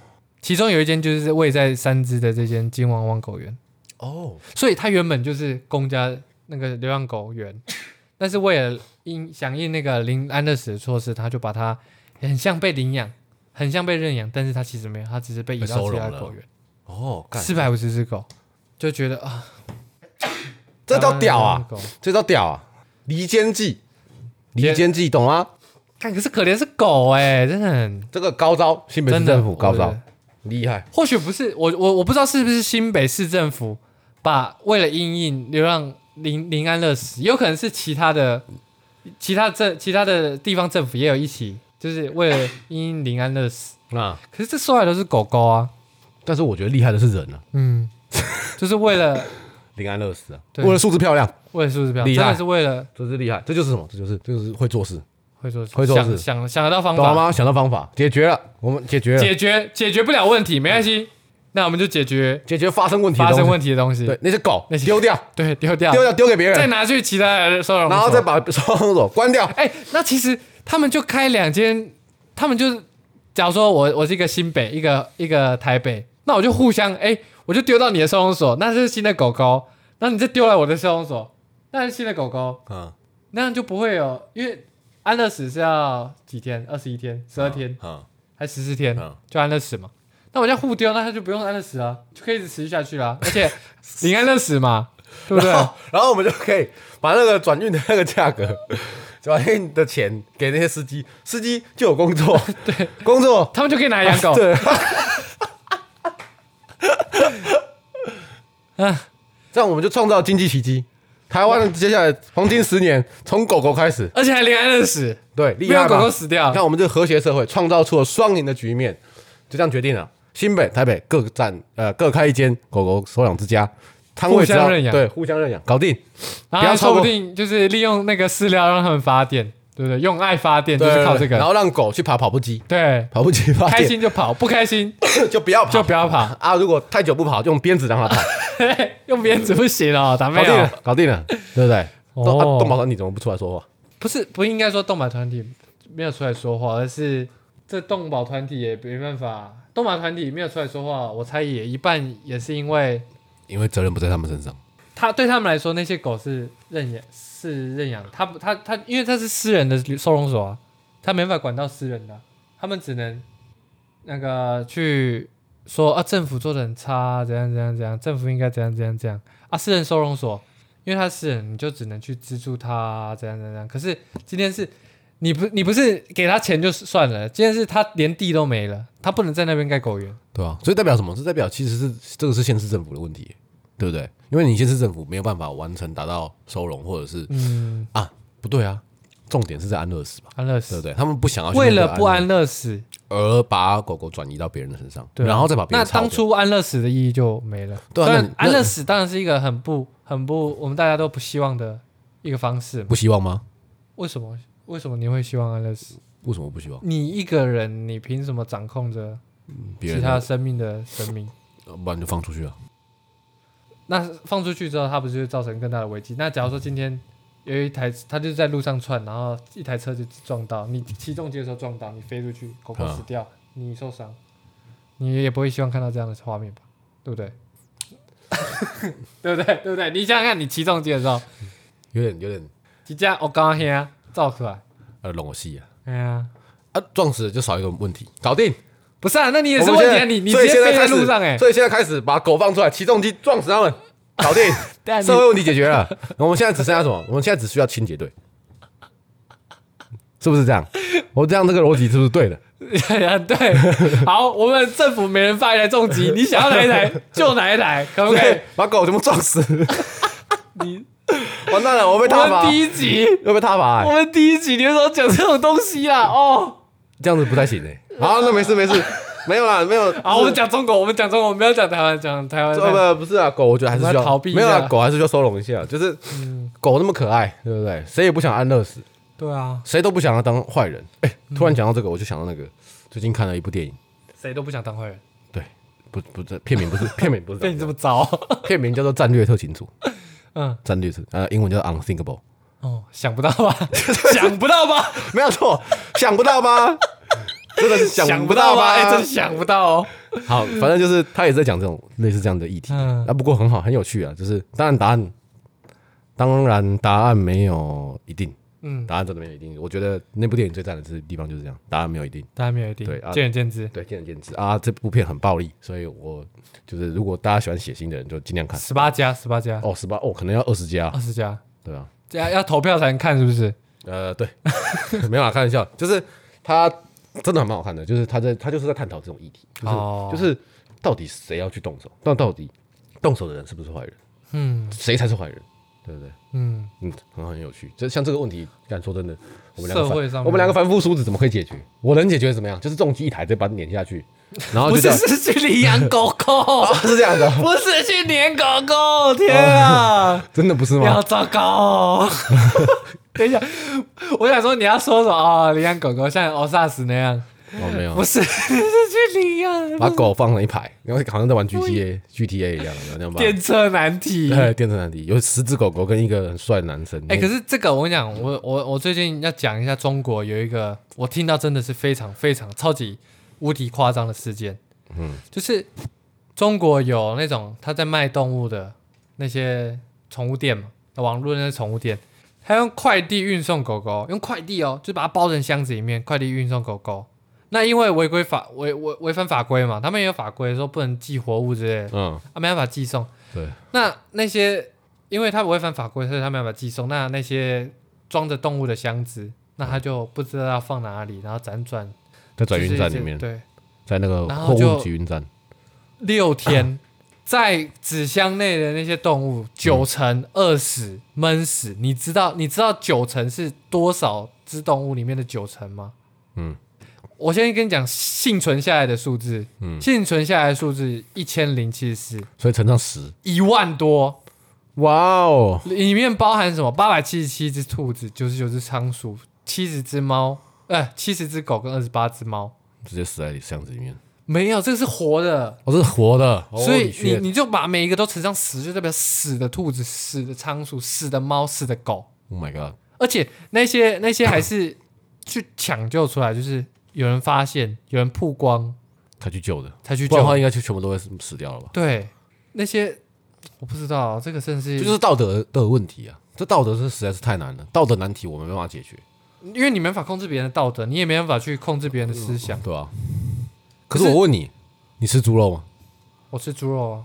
A: 其中有一间就是位在三芝的这间金汪汪狗园，
B: 哦，
A: 所以它原本就是公家那个流浪狗 园，但是为了应响应那个临安乐死的措施，它就把它很像被领养，很像被认养，但是它其实没有，它只是被移
B: 被
A: 到
B: 收
A: 其他
B: 容
A: 的
B: 了
A: 狗园，
B: 哦，干
A: 四百五十只狗，就觉得啊，
B: 这
A: 都
B: 招屌啊，！这招屌啊，离间计，离间计，懂吗？
A: 看，可是可怜是狗哎、真的很
B: 这个高招，新北市
A: 真的
B: 政府高。
A: 我
B: 招
A: 的，
B: 厉害。
A: 或许不是我我我不知道是不是新北市政府把为了因应流浪临临安乐死，也有可能是其他的其他政其他的地方政府也有一起，就是为了因应临安乐死。
B: 那
A: 可是这受害的都是狗狗啊，
B: 但是我觉得厉害的是人啊，
A: 嗯，就是为了
B: 林安乐死啊，
A: 对
B: 为了素质漂亮，
A: 为了素质标准，
B: 厉
A: 真
B: 害
A: 的是为了
B: 这是厉害，这就是什么？这就是这就是会做事，
A: 会做
B: 会做
A: 想
B: 事
A: 想想得到方
B: 懂了
A: 法，
B: 吗？想到方法，解决了，我们解决了，
A: 解决解决不了问题没关系，那我们就解决
B: 解决发生嗯问题，
A: 发生
B: 题，
A: 问题的东西，
B: 对那些狗
A: 那些
B: 丢掉，
A: 对丢掉，
B: 丢掉丢给别
A: 再
B: 人，
A: 拿去其他的收容所，
B: 然后再把收容所关掉，
A: 哎、那其实他们就开两间，他们就是假如说我我是一个新北，一个一个台北，那我就互相哎、我就丢到你的收容所，那是新的狗狗，那你再丢来我的收容所，那是新的狗狗，
B: 嗯，
A: 那样就不会有，因为安乐死是要几天？二十一天、十二天、
B: 嗯，
A: 还十四天、
B: 嗯
A: 就安乐死嘛。那我这样互丢，那他就不用安乐死啊，就可以一直持续下去啦、而 且零安乐死嘛，对不对？
B: 然后然后我们就可以把那个转运的那个价格，转运的钱给那些司机，司机就有工 作，对，工作
A: 他们就可以拿来养狗。
B: 对，
A: 嗯
B: 这样我们就创造经济奇迹。台湾接下来黄金十年，从狗狗开始，
A: 而且还零安乐死，
B: 对，厉
A: 没
B: 害
A: 有
B: 吧
A: 狗狗死掉
B: 你。啊看，我们这个和谐社会创造出了双赢的局面，就这样决定了。新北、台北各占呃各开一间狗狗收养之家，摊位只要
A: 互相认养
B: 对，互相认养，搞定。
A: 然后
B: 不要超
A: 说
B: 过
A: 不定就是利用那个饲料让他们发电，对不对？用爱发电就是靠这
B: 然
A: 个，
B: 后让狗去爬跑步机，
A: 对，
B: 跑步机发
A: 开
B: 电
A: 心就跑，不开心
B: 就不要跑
A: 就不要 跑，
B: 啊！如果太久不跑，就用鞭子让它跑，
A: 用鞭子不行哦，打妹
B: 搞定
A: 哦。
B: 了，搞定了，对不对？
A: 哦
B: 动啊动保团你怎么不出来说话？
A: 不是不应该说动保团体没有出来说话，而是这动保团体也没办法，动保团体没有出来说话，我猜也一半也是因为
B: 因为责任不在他们身上。
A: 他对他们来说那些狗是认养是认养，他不他他因为他是私人的收容所啊，他没法管到私人的啊、他们只能那个去说啊政府做的很差，啊怎样怎样怎样，政府应该怎样怎样怎样啊私人收容所，因为他私人你就只能去资助他啊怎样怎样怎样，可是今天是。你不，你不是给他钱就算了，今天是他连地都没了，他不能在那边盖狗园。
B: 对啊，所以代表什么？这代表其实是这个是县市政府的问题，对不对？因为你县市政府没有办法完成达到收容，或者是
A: 嗯，
B: 啊，不对啊，重点是在安乐死吧，
A: 安乐
B: 对不
A: 死，
B: 对？他们不想要去
A: 为
B: 那
A: 了
B: 个
A: 不
B: 安乐
A: 安乐死，
B: 而把狗狗转移到别人的身上，
A: 对啊
B: 然后再把别
A: 那
B: 人操
A: 当
B: 掉。
A: 初安乐死的意义就没了。
B: 对啊
A: 虽然
B: 那你
A: 安乐死当然是一个很不、很不，我们大家都不希望的一个方式嘛。
B: 不希望吗？
A: 为什么？为什么你会希望安乐死？
B: 为什么不希望？
A: 你一个人，你凭什么掌控着
B: 别
A: 其
B: 人
A: 他
B: 的
A: 生命的生命？
B: 不然就放出去啊。
A: 那放出去之后，它不是会造成更大的危机？那假如说今天有一台，它就是在路上窜，然后一台车就撞到你，起重机的时候撞到你，飞出去，狗狗
B: 啊
A: 死掉，你受伤，你也不会希望看到这样的画面吧？对不对？ 对不对？对不对？你想想看，你起重机的时候，
B: 有点有点
A: 一架我刚刚照出来，
B: 呃笼戏啊，
A: 哎呀，
B: 啊撞死了就少一个问题，搞定。
A: 不是啊，那你也是
B: 我们
A: 问题啊！
B: 现在
A: 你你
B: 所
A: 直
B: 以
A: 接
B: 现在
A: 飞在
B: 开始
A: 路上哎、
B: 所以现在开始把狗放出来，起重机撞死他们，搞定，
A: 但你
B: 社会问题解决了。 我们现在只剩下什么？我们现在只需要清洁队，是不是这样？我这样这个逻辑是不是对的？
A: 对，好，我们政府每人发一台重机，你想要哪一台就哪一台，可不可 以
B: 对？，哎把狗全部撞死，
A: 你
B: 完蛋了，我被
A: 我
B: 踏
A: 们
B: 伐，
A: 第一集，
B: 又被踏伐、
A: 我
B: 欸，
A: 们第一集你为什么讲这种东西啦？哦，
B: 这样子不太行哎、好，那没事没事，没有啦，没有。
A: 好，我们讲中国，我们讲中国，我们不要讲台湾，讲台湾。
B: 呃不不是啊，狗我觉得还是需
A: 我
B: 要
A: 们逃避一下嗯
B: 没有啊，狗还是需要收容一下，就是狗那么可爱，对不对？谁也不想安乐死，
A: 对啊，
B: 谁都不想要当坏人。哎、突然讲到这个，我就想到那个最近看了一部电影，
A: 谁都不想当坏人，
B: 对，不不是片名不是片名不是这
A: 被
B: 样
A: 你这
B: 子，
A: 么糟。
B: 片名叫做《战略特勤组》，
A: 嗯，
B: 战略特呃英文叫 Unthinkable，
A: 哦，想不到吧？ 想不到吧？
B: 没有错，想不到吧？真的是
A: 想
B: 不到
A: 吧？哎，
B: 吧
A: 真？想不到哦。
B: 好，反正就是他也是在讲这种类似这样的议题，
A: 嗯
B: 啊，不过很好，很有趣啊，就是当然答案，当然答案没有一定，
A: 嗯，
B: 答案真的没有一定。我觉得那部电影最赞的是地方就是这样，答案没有一定。
A: 大家没有一定，
B: 对啊
A: 见仁见智。
B: 对，见仁见智啊。这部片很暴力，所以我就是如果大家喜欢血腥的人，就尽量看。
A: 十八加，十八加，
B: 哦，十八哦，可能要二十加
A: 二，十加，
B: 对啊吧、
A: 这样要投票才能看，是不是？
B: 呃，对， 没有啦，开玩笑，就是他真的很蛮好看的，就是他在他就是在探讨这种议题，就是、
A: 哦
B: 就是到底谁要去动手，那到底动手的人是不是坏人，
A: 嗯
B: 谁才是坏人，对不对？
A: 嗯，
B: 嗯，很好很有趣。就像这个问题，敢说真的，我们两
A: 社
B: 个
A: 会
B: 凡
A: 上面
B: 我们两个凡夫俗子怎么可以解决？我能解决怎么样？就是重击一台，直接把你碾 下去，然后
A: 不
B: 哦就这
A: 是
B: 样。
A: 是去领养狗狗
B: 啊，，是这样的，
A: 不是去撵狗狗，天啊！
B: 真的不 是
A: 你好
B: 吗？
A: 糟糕 哦！等一下，我想说你要说什么啊、哦？领养狗狗像欧萨斯那样，
B: 哦，没
A: 不
B: 有，
A: 是，是去领
B: 把
A: 养
B: 狗放了一排，然后好像在玩 GTA GTA 一样，有那样 吧？
A: 电车难题。
B: 对，电车难题，有十只狗狗跟一个很帅的男生。
A: 哎、可是这个我跟你讲，我我我最近要讲一下中国有一个，我听到真的是非常非常超级无敌夸张的事件。嗯，就是中国有那种他在卖动物的那些宠物店嘛，网络那些宠物店，他用快递运送狗狗，用快递哦，就把它包成箱子里面，快递运送狗狗。那因为违规法违违违反法规嘛，他们也有法规说不能寄活物之类的，
B: 嗯，
A: 啊，没办法寄送。
B: 对，
A: 那那些因为他违反法规，所以他没办法寄送。那那些装着动物的箱子，那他就不知道要放哪里，然后辗转
B: 在转运站里面，
A: 就是一些
B: 在那个
A: 然
B: 货
A: 后就
B: 物集运站，
A: 对，六天在纸箱内的那些动物，九成饿死、闷死。你知道你知道九成是多少只动物里面的九成吗？
B: 嗯，
A: 我先跟你讲幸存下来的数字，
B: 嗯
A: 幸存下来的数字一千零七十四，
B: 所以乘上十，
A: 一万多。
B: 哇哦，
A: 里面包含什么？八百七十七只兔子，九十九只仓鼠，七十只猫，呃，七十只狗跟二十八只猫。
B: 直接死在箱子里面，
A: 没有，这个是活的，
B: 哦，这是活的，
A: 所以你
B: Holy shit
A: 你就把每一个都乘上十，就代表死的兔子、死的仓鼠、死的猫、死的狗，
B: ，Oh my god，
A: 而且那些那些还是 去抢救出来，就是有人发现，有人曝光
B: 他去救的，
A: 才去
B: 不然的话
A: 救。
B: 应该就全部都会死死掉了吧？
A: 对，那些我不知道，这个真的是
B: 这就是道德的问题啊，这道德是实在是太难了，道德难题我们没办法解决，
A: 因为你没法控制别人的道德，你也没办法去控制别人的思想。
B: 对啊。可是我问你，你吃猪肉吗？
A: 我吃猪肉啊。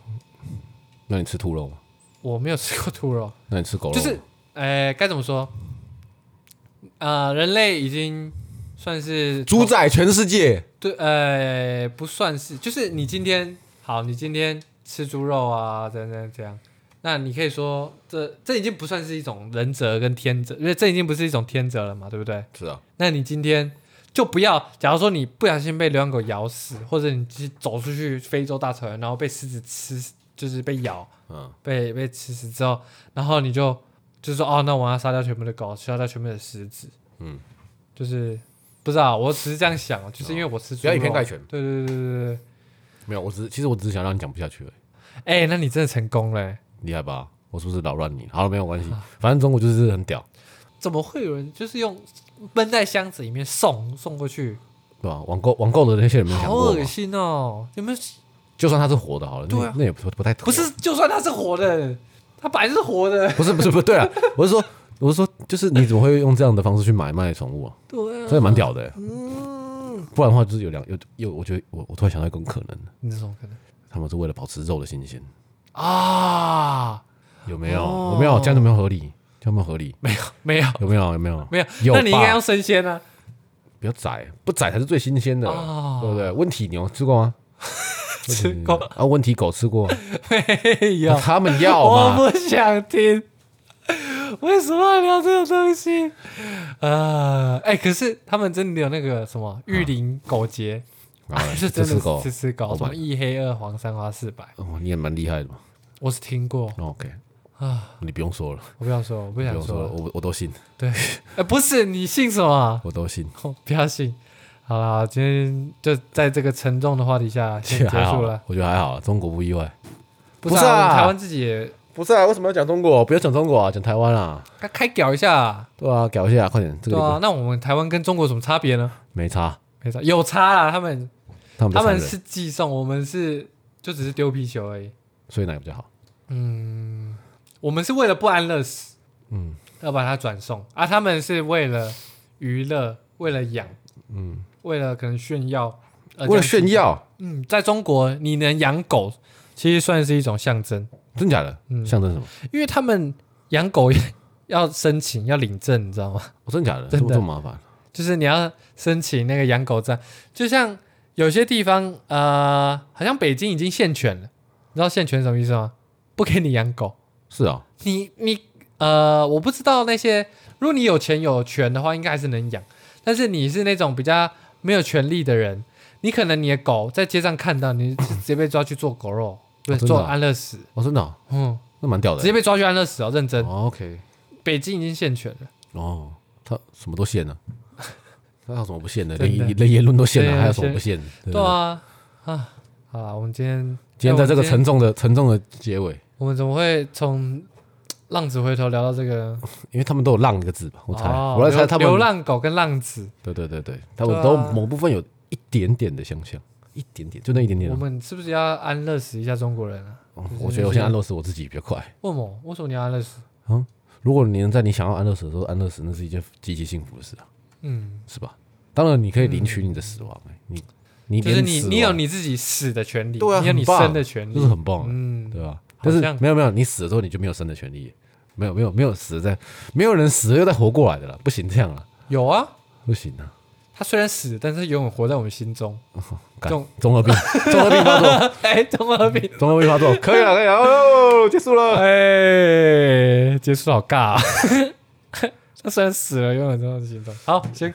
B: 那你吃兔肉吗？
A: 我没有吃过兔肉，
B: 那你吃狗肉
A: 就
B: 吗？
A: 是，呃，该怎么说？呃，人类已经算是
B: 主宰全世界，
A: 对，呃，不算是，就是你今天好，你今天吃猪肉啊，这样这样这样，那你可以说这这已经不算是一种仁责跟天责，因为这已经不是一种天责了嘛，对不对？
B: 是啊，
A: 那你今天就不要，假如说你不小心被流浪狗咬死，或者你去走出去非洲大草原，然后被狮子吃，就是被咬，
B: 嗯，
A: 被被吃死之后，然后你就就说哦，那我要杀掉全部的狗，杀掉全部的狮子，
B: 嗯，
A: 就是不知道，我只是这样想，啊就是因为我吃猪
B: 哦不要以偏
A: 肉
B: 概全
A: 对对对对对
B: 没有，我只是其实我只是想让你讲不下去而已，啊
A: 对，哎、那你真的成功了、欸
B: 厉害吧？我是不是扰乱你？好了，没有关系，反正中国就是很屌，
A: 怎么会有人就是用闷在箱子里面送送过去？
B: 对吧？网购网购的那些人没有想
A: 好
B: 过
A: 恶
B: 吗？
A: 心哦！有没有？
B: 就算它是活的，好了，
A: 对啊
B: 那那也不不太妥
A: 不是，就算它是活的，它本来是活的，
B: 不是不是不是对啊，我是说我是说，就是你怎么会用这样的方式去买卖宠物啊？
A: 对啊，
B: 这也蛮屌的欸、
A: 嗯，
B: 不然的话就是有两有有，我觉得我我突然想到一种可能，
A: 你这种可能
B: 他们是为了保持肉的新鲜，
A: 啊？
B: 有没有？
A: 哦
B: 有没有这样有没有合理？这样有没有合理？
A: 没有
B: 有没有？有没有？
A: 没有，
B: 有
A: 那你应该
B: 吧
A: 用生鲜啊。
B: 不要宰，不宰才是最新鲜的，
A: 哦
B: 对不对？问题牛吃过吗？
A: 吃过
B: 啊？问题狗吃过？
A: 没 有，
B: 他们要嘛？
A: 我不想听。为什么要聊这个东西？啊，哎，可是他们真的有那个什么玉林狗节，
B: 啊
A: 是
B: 这
A: 哎真
B: 吃
A: 的
B: 狗
A: 是，吃狗，
B: Oh
A: 什么
B: my-
A: 一黑二黄三花四白，
B: 哦，你也蛮厉害的嘛。
A: 我是听过，
B: 那 OK
A: 啊，
B: 你不用说了，
A: 我不要说，我不
B: 不
A: 想
B: 用说了，
A: 说。
B: 我我都信，
A: 对， 哎，不是你信什么？
B: 我都信。
A: 哦不要信。好啦，今天就在这个沉重的话题 下
B: 其
A: 先
B: 实
A: 结
B: 还好
A: 束
B: 啦
A: 了。，
B: 我觉得还好啦，啊中国不意外。
A: 不
B: 不是啊
A: 我们台湾自己也
B: 不是啊，为什么要讲中国？不要讲中国啊，讲台湾啊。
A: 开开屌一下啊，
B: 对啊，搞一下，快点，这
A: 对
B: 个礼
A: 啊
B: 拜。
A: 那我们台湾跟中国有什么差别呢？
B: 没差，
A: 没差，有差啦，他们
B: 他们比较
A: 他们
B: 残忍
A: 是寄送，我们是就只是丢皮球而已。
B: 所以哪个比较好？
A: 我们是为了不安乐死，
B: 嗯
A: 要把它转送啊，他们是为了娱乐，为了养，
B: 嗯，
A: 为了可能炫耀，呃
B: 为了炫。
A: 这样
B: 耀，
A: 子嗯，在中国你能养狗，其实算是一种象征，
B: 真假的？
A: 嗯
B: 象征什么？
A: 因为他们养狗 要申请要领证，你知道吗？
B: 哦，真假的？
A: 真的
B: 这么这么麻烦？
A: 就是你要申请那个养狗证，就像有些地方，呃，好像北京已经限犬了，你知道限犬什么意思吗？不给你养狗，
B: 是啊，
A: 你你呃，我不知道那些，如果你有钱有权的话，应该还是能养，但是你是那种比较没有权利的人，你可能你的狗在街上看到，你直接被抓去做狗肉，不是、
B: 真的
A: 做
B: 啊
A: 安乐死，
B: 哦，真的哦，
A: 嗯，
B: 那蛮屌的
A: 直
B: 欸。
A: 接被抓去安乐死哦，认真，
B: 哦 OK，
A: 北京已经限犬了，
B: 哦，他什么都 限了，他有什么不限的？
A: 真
B: 连
A: 的
B: 连言论都限
A: 对
B: 了，
A: 啊
B: 还有什么不限的？对不
A: 对
B: 对
A: 啊，啊，好了，我们今天
B: 今天在这
A: 哎我们
B: 个
A: 今
B: 沉重的沉重的结尾，
A: 我们怎么会从浪子回头聊到这个？
B: 因为他们都有“浪”一个字吧，我猜，
A: 哦
B: 我来猜
A: 流
B: 他
A: 流
B: 们，
A: 浪狗跟浪子，
B: 对对对对，他们
A: 对啊
B: 都某部分有一点点的相像，一点点，就那一点点
A: 我
B: 哦。
A: 们是不是要安乐死一下中国人啊？
B: 哦
A: 就是
B: 我觉得我现在安乐死我自己比较快。
A: 为什么？为什么你要安乐死？
B: 如果你能在你想要安乐死的时候安乐死，那是一件极其幸福的事啊，
A: 嗯，
B: 是吧？当然，你可以领取你的死亡、欸，你你
A: 就是
B: 连
A: 你
B: 死
A: 你有
B: 亡
A: 你自己死的权利，
B: 对啊
A: 你有你
B: 很棒
A: 生的权利
B: 这是，很棒的，啊
A: 嗯，
B: 对吧？
A: 好
B: 但是
A: 像
B: 没有没有，你死了之后你就没有生的权利，没有没有没有死在，没有人死了又再活过来的了，不行这样了，
A: 有啊。
B: 不行啊！
A: 他虽然死，但是永远活在我们心 中。
B: 干
A: 中
B: 综 合病，综合病发作，
A: 哎，怎么比？
B: 综合病发作， 可以了可以了，哦，结束了。
A: 哎，结束好尬、啊。他虽然死了，永远都在我们心中。好，行，